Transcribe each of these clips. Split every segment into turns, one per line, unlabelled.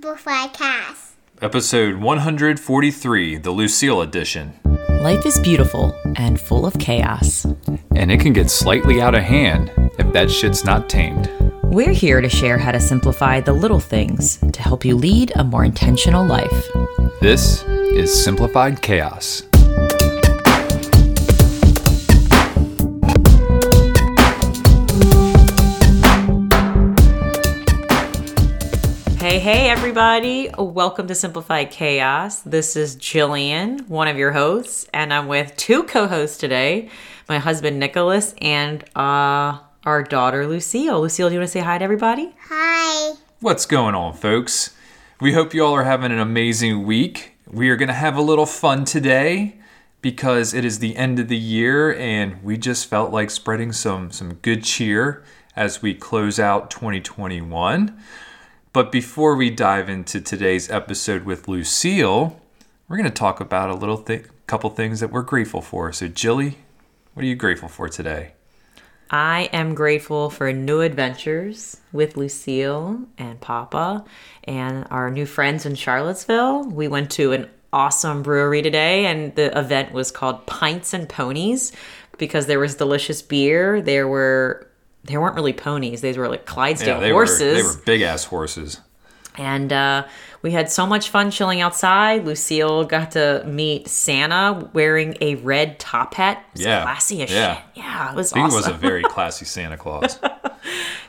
before I cast.
Episode 143, the Lucille edition.
Life is beautiful and full of chaos.
And it can get slightly out of hand if that shit's not tamed.
We're here to share how to simplify the little things to help you lead a more intentional life.
This is Simplified Chaos.
Hey, hey, everybody. Welcome to Simplified Chaos. This is Jillian, one of your hosts, and I'm with two co hosts today my husband, Nicholas, and uh, our daughter, Lucille. Lucille, do you want to say hi to everybody?
Hi.
What's going on, folks? We hope you all are having an amazing week. We are going to have a little fun today because it is the end of the year and we just felt like spreading some some good cheer as we close out 2021. But before we dive into today's episode with Lucille, we're going to talk about a little thing, couple things that we're grateful for. So, Jilly, what are you grateful for today?
I am grateful for new adventures with Lucille and Papa and our new friends in Charlottesville. We went to an awesome brewery today, and the event was called Pints and Ponies because there was delicious beer. There were there weren't really ponies; these were like Clydesdale
they
horses.
were they were big ass horses.
And uh, we had so much fun chilling outside. Lucille got to meet Santa wearing a red top hat. It was
Yeah.
classy as
Yeah.
shit. Yeah, it was
He
awesome.
was a very classy Santa Claus.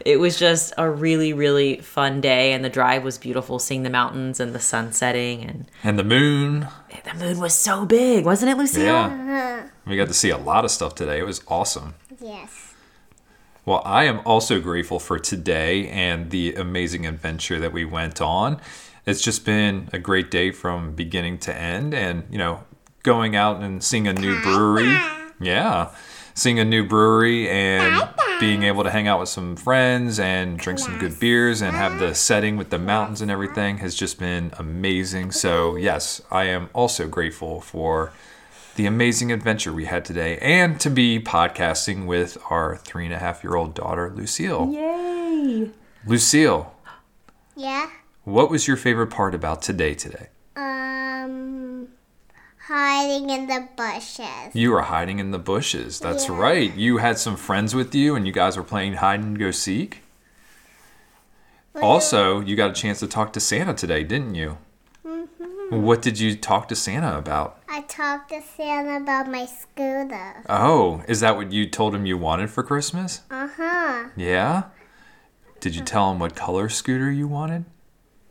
it was just a really really fun day and the drive was beautiful seeing the mountains and the sun setting and
and the moon.
the moon was so big wasn't it lucille
Yeah. We got to see a lot of stuff today. It was awesome.
Yes.
Well, I am also grateful for today and the amazing adventure that we went on. It's just been a great day from beginning to end and, you know, going out and seeing a new brewery. Yeah. Seeing a new brewery and being able to hang out with some friends and drink some good beers and have the setting with the mountains and everything has just been amazing. So, yes, I am also grateful for the amazing adventure we had today and to be podcasting with our three and a half year old daughter, Lucille.
yay
Lucille,
Yeah.
what was your favorite part about today today?
Um, hiding in the bushes.
You were hiding in the bushes. That's right. You had some friends with you and you guys were playing hide and go seek. Also, you got a chance to talk to Santa today, didn't you? What did you talk to Santa about?
I talked to Santa about my scooter.
Oh, is that what you told him you wanted for Christmas?
Uh huh.
Yeah? Did
Hmm.
you tell him what color scooter you wanted?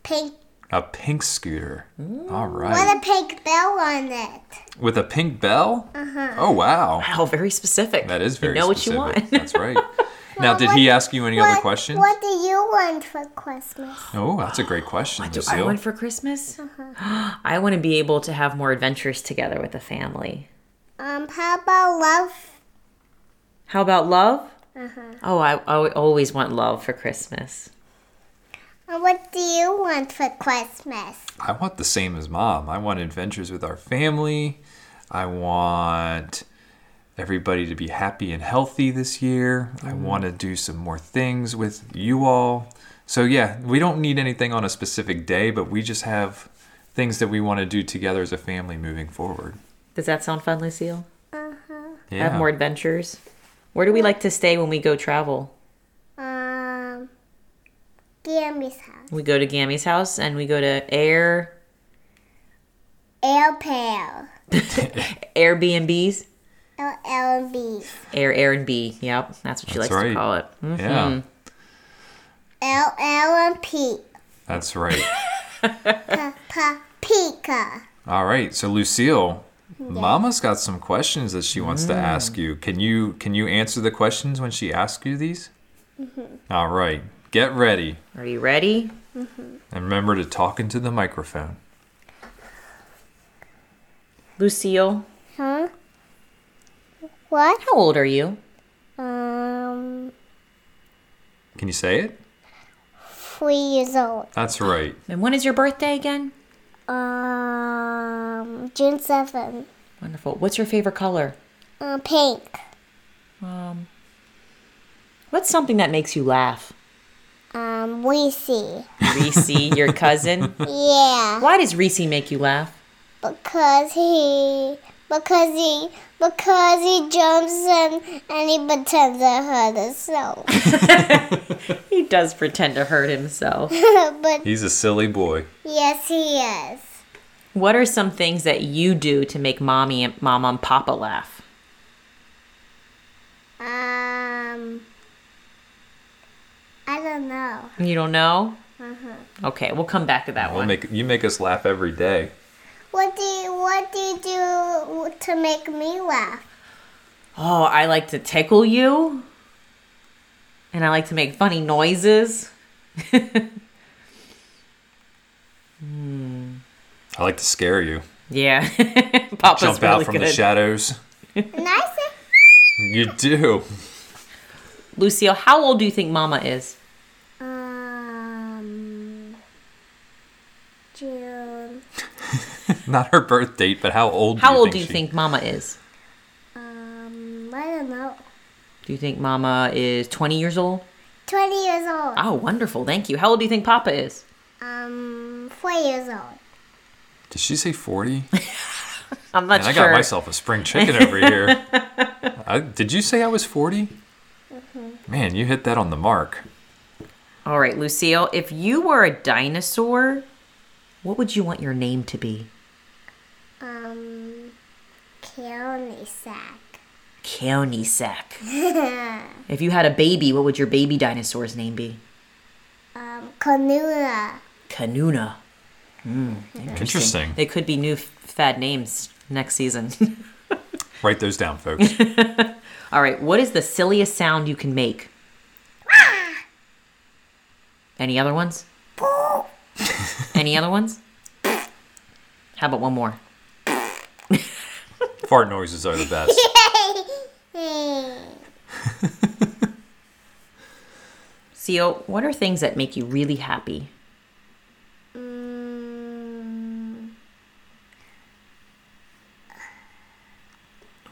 Pink.
A pink scooter. All right.
What a pink bell on it.
With a pink bell?
Uh-huh.
Oh, wow.
wow very specific
That is very
you know
specific.
what you want
That's right. Now, did he ask you any other
What-
questions?
What do you want for Christmas?
Oh, that's a great question,
do i
Lucille.
want for christmas i want to be able to have more adventures together with the family
Um, how about love?
how about love oh I, I always want love for christmas
And Uh, What do you want for Christmas?
I want the same as mom. I want adventures with our family. I want everybody to be happy and healthy this year. I
Mm.
want to do some more things with you all. So, yeah, we don't need anything on a specific day, but we just have things that we want to do together as a family moving forward.
does that sound fun lucille
Yeah.
have more adventures where do we like to stay when we go travel
Um, Gammy's house.
We go to Gammy's house and we go to Air
Air Pal.
Airbnbs.
LLB.
Air Air and B. Yep, that's what she
That's
likes
right.
to call it. Mm.
Yeah,
LL and P.
that's right.
Papika.
All right, so Lucille, Mama's got some questions that she wants to ask you. Can you can you answer the questions when she asks you these?
Mm-hmm.
All right, get ready
Are you ready?
and remember to talk into the microphone.
Lucille,
Huh? What?
how old are you?
Um,
Can you say it?
three years old.
That's right.
And when is your birthday again?
Um, June 7th.
Wonderful. What's your favorite color?
Uh, pink.
Um, what's something that makes you laugh?
Um, we see.
Reese, your cousin.
Yeah,
Why does Reese make you laugh?
because he, because he, because he jumps and and he pretends to hurt himself.
He does pretend to hurt himself.
but
He's a silly boy.
yes, he is.
what are some things that you do to make mommy and mama and papa laugh?
Um, I don't know.
You don't know? Okay, we'll come back to that
We'll
one.
make you make us laugh every day.
What do you, what do you do to make me laugh?
oh, I like to tickle you. And I like to make funny noises.
I like to scare you.
Yeah. Papa's
Jump
really
out from
good.
the shadows.
And I say,
You do.
Lucille, how old do you think mama is?
um, June,
Not her birth date, but how old
How
do you
old
think
do you
she-
think mama is?
um, I don't know,
Do you think mama is 20 years old?
20 years old,
Oh, wonderful. Thank you. How old do you think papa is?
um, 4 years old.
Did she say 40?
I'm not
And I
sure.
got myself a spring chicken over here. I, did you say I was 40? Man, you hit that on the mark.
All right, Lucille, if you were a dinosaur, what would you want your name to be?
Um, Keone sack.
Koenigsegg. if you had a baby, what would your baby dinosaur's name be?
Um, Kanula.
Kanuna.
Interesting.
They could be new f- fad names next season.
Write those down, folks.
All right, what is the silliest sound you can make? Any other ones? Any other ones? How about one more?
Fart noises are the best.
Mm,
Seal, what are things that make you really happy?
Mm,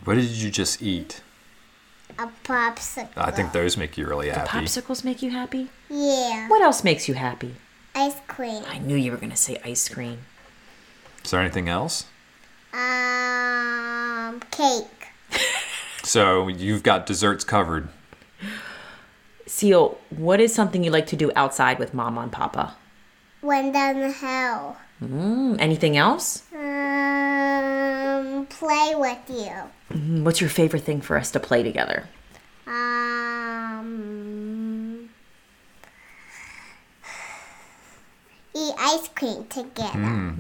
What did you just eat?
a popsicle.
I think those make you really happy.
Popsicles make you happy?
Yeah.
What else makes you happy?
Ice cream.
I knew you were going to say ice cream.
Is there anything else?
Um, cake.
So you've got desserts covered.
Seal, what is something you like to do outside with mama and papa?
Went down the hill.
Mm, anything else?
Um, play with you.
Mm, What's your favorite thing for us to play together?
Um, eat ice cream together.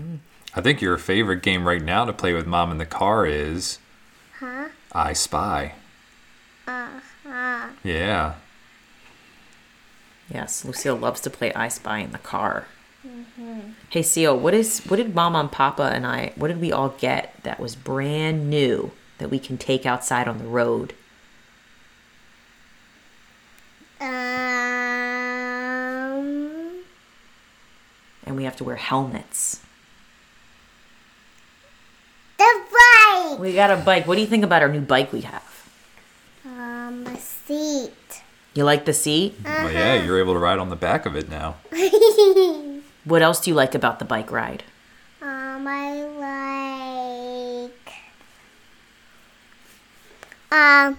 I think your favorite game right now to play with mom in the car is
Huh?
I Spy.
Ah,
Yeah.
Yes, Lucille loves to play I Spy in the car. Hey, Seal, what is what did Mama and Papa and I? What did we all get that was brand new that we can take outside on the road?
um,
And we have to wear helmets.
the bike.
We got a bike. What do you think about our new bike we have?
Um, a seat.
You like the seat?
Well, yeah, you're able to ride on the back of it now.
What else do you like about the bike ride?
Um, I like. Um,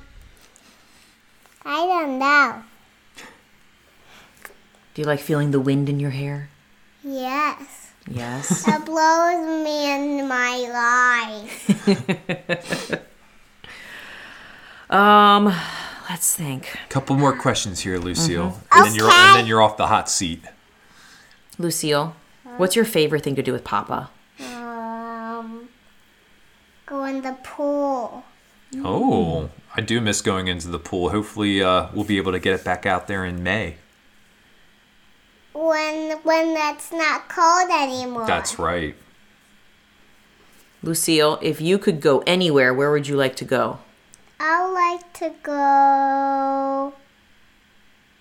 I don't know.
Do you like feeling the wind in your hair?
Yes,
Yes.
it blows me in my eyes.
um, let's think.
Couple more questions here, Lucille. And, then you're, and then you're off the hot seat.
Lucille, what's your favorite thing to do with Papa?
Um, go in the pool.
Oh, I do miss going into the pool. Hopefully, uh, we'll be able to get it back out there in May.
When when that's not cold anymore.
That's right.
Lucille, if you could go anywhere, where would you like to go?
I like to go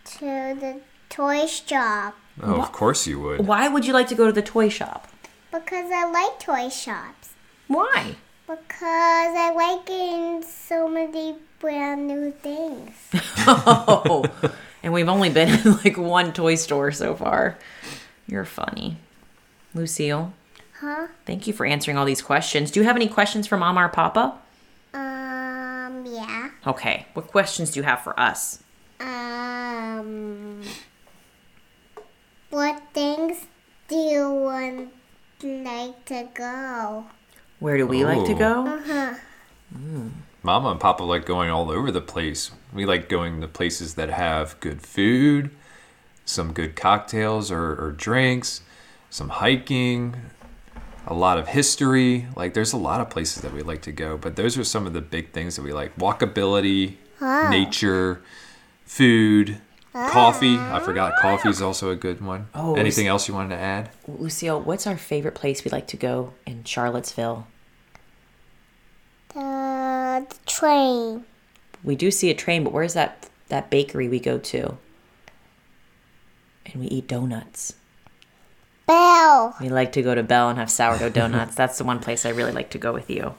to the toy shop
Oh, of course you would.
Why would you like to go to the toy shop?
because I like toy shops.
Why?
Because I like getting so many brand new things.
Oh, And we've only been in like one toy store so far. You're funny. Lucille,
Huh?
thank you for answering all these questions. Do you have any questions for Mama or Papa?
Um, yeah.
Okay. What questions do you have for us?
Um, what things do you want like to go?
Where do we like to
Ooh.
go?
Mama and Papa like going all over the place. We like going to places that have good food, some good cocktails or, or drinks, some hiking, a lot of history. Like there's a lot of places that we like to go, but those are some of the big things that we like: walkability, nature, food, coffee. I forgot coffee is also a good one.
Oh, is-
Anything else you wanted to add?
Lucille, what's our favorite place we like to go in Charlottesville?
The, the train.
We do see a train, but where's that that bakery we go to? And we eat donuts.
Bell.
We like to go to Bell and have sourdough donuts. That's the one place I really like to go with you.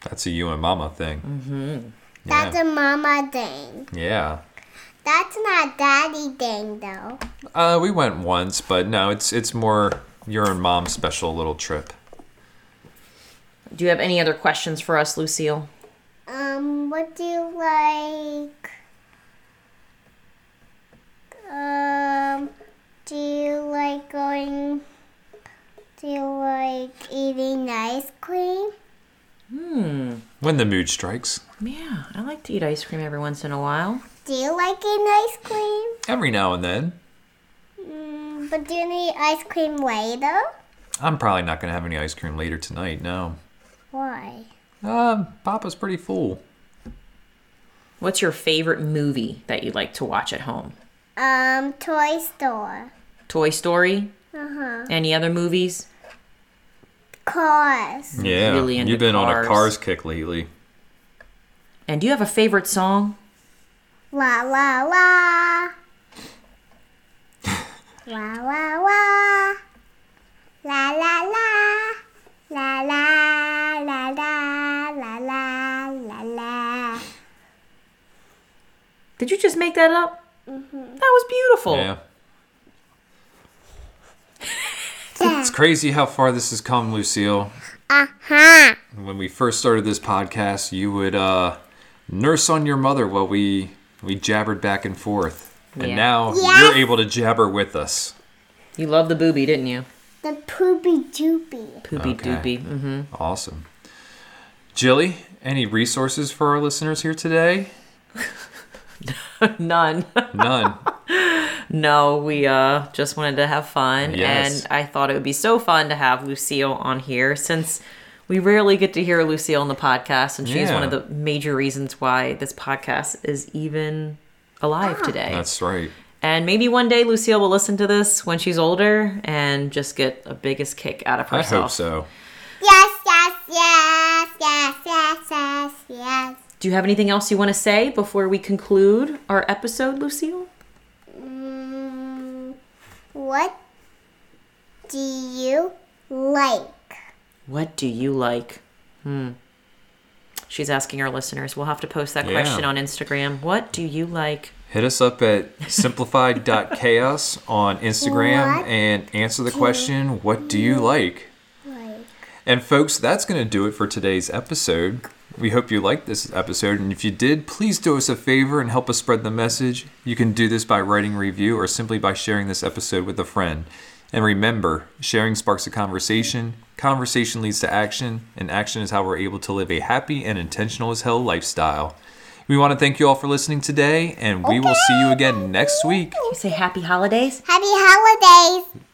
That's a you and Mama thing. Mm-hmm. Yeah.
That's a mama thing.
yeah.
That's not daddy thing though.
Uh, we went once, but no, it's it's more your and mom's special little trip.
Do you have any other questions for us, Lucille?
Um, what do you like? Um, do you like going? Do you like eating ice cream?
When the mood strikes,
Yeah, I like to eat ice cream every once in a while.
Do you like eating ice cream?
every now and then.
Mm, but do you need ice cream later?
I'm probably not gonna have any ice cream later tonight. No,
Why?
um, Papa's pretty full.
What's your favorite movie that you like to watch at home?
Um, toy store.
Toy Story?
Uh huh.
Any other movies?
Cars.
Yeah,
Really into
you've been on
cars.
a cars kick lately.
And do you have a favorite song?
La la la. la la la. La la la. La la la la la la la la.
Did you just make that up? That was beautiful.
Yeah, it's crazy how far this has come, Lucille.
Uh huh.
When we first started this podcast, you would uh, nurse on your mother while we we jabbered back and forth, and
Yeah.
now
Yes.
you're able to jabber with us.
You love the booby, didn't you?
The poopy doopy.
Poopy
Okay.
doopy. hmm
Awesome. Jilly, any resources for our listeners here today?
None.
None.
No, we uh just wanted to have fun
Yes.
and I thought it would be so fun to have Lucille on here since we rarely get to hear Lucille on the podcast and she's
Yeah.
one of the major reasons why this podcast is even alive today.
Ah. That's right.
and maybe one day Lucille will listen to this when she's older and just get a biggest kick out of
I
herself.
hope so.
Yes, yes, yes, yes, yes, yes, yes.
Do you have anything else you want to say before we conclude our episode, Lucille?
Mm, what do you like?
What do you like? Hmm. She's asking our listeners. We'll have to post that
Yeah.
question on Instagram. What do you like?
Hit us up at simplified.chaos on Instagram
What
and answer the question what do you like?
Like,
And folks, that's going to do it for today's episode. We hope you liked this episode, and if you did, please do us a favor and help us spread the message. You can do this by writing a review or simply by sharing this episode with a friend. And remember, sharing sparks a conversation, conversation leads to action, and action is how we're able to live a happy and intentional as hell lifestyle. We want to thank you all for listening today, and we will see you again next week.
You say happy holidays?
happy holidays.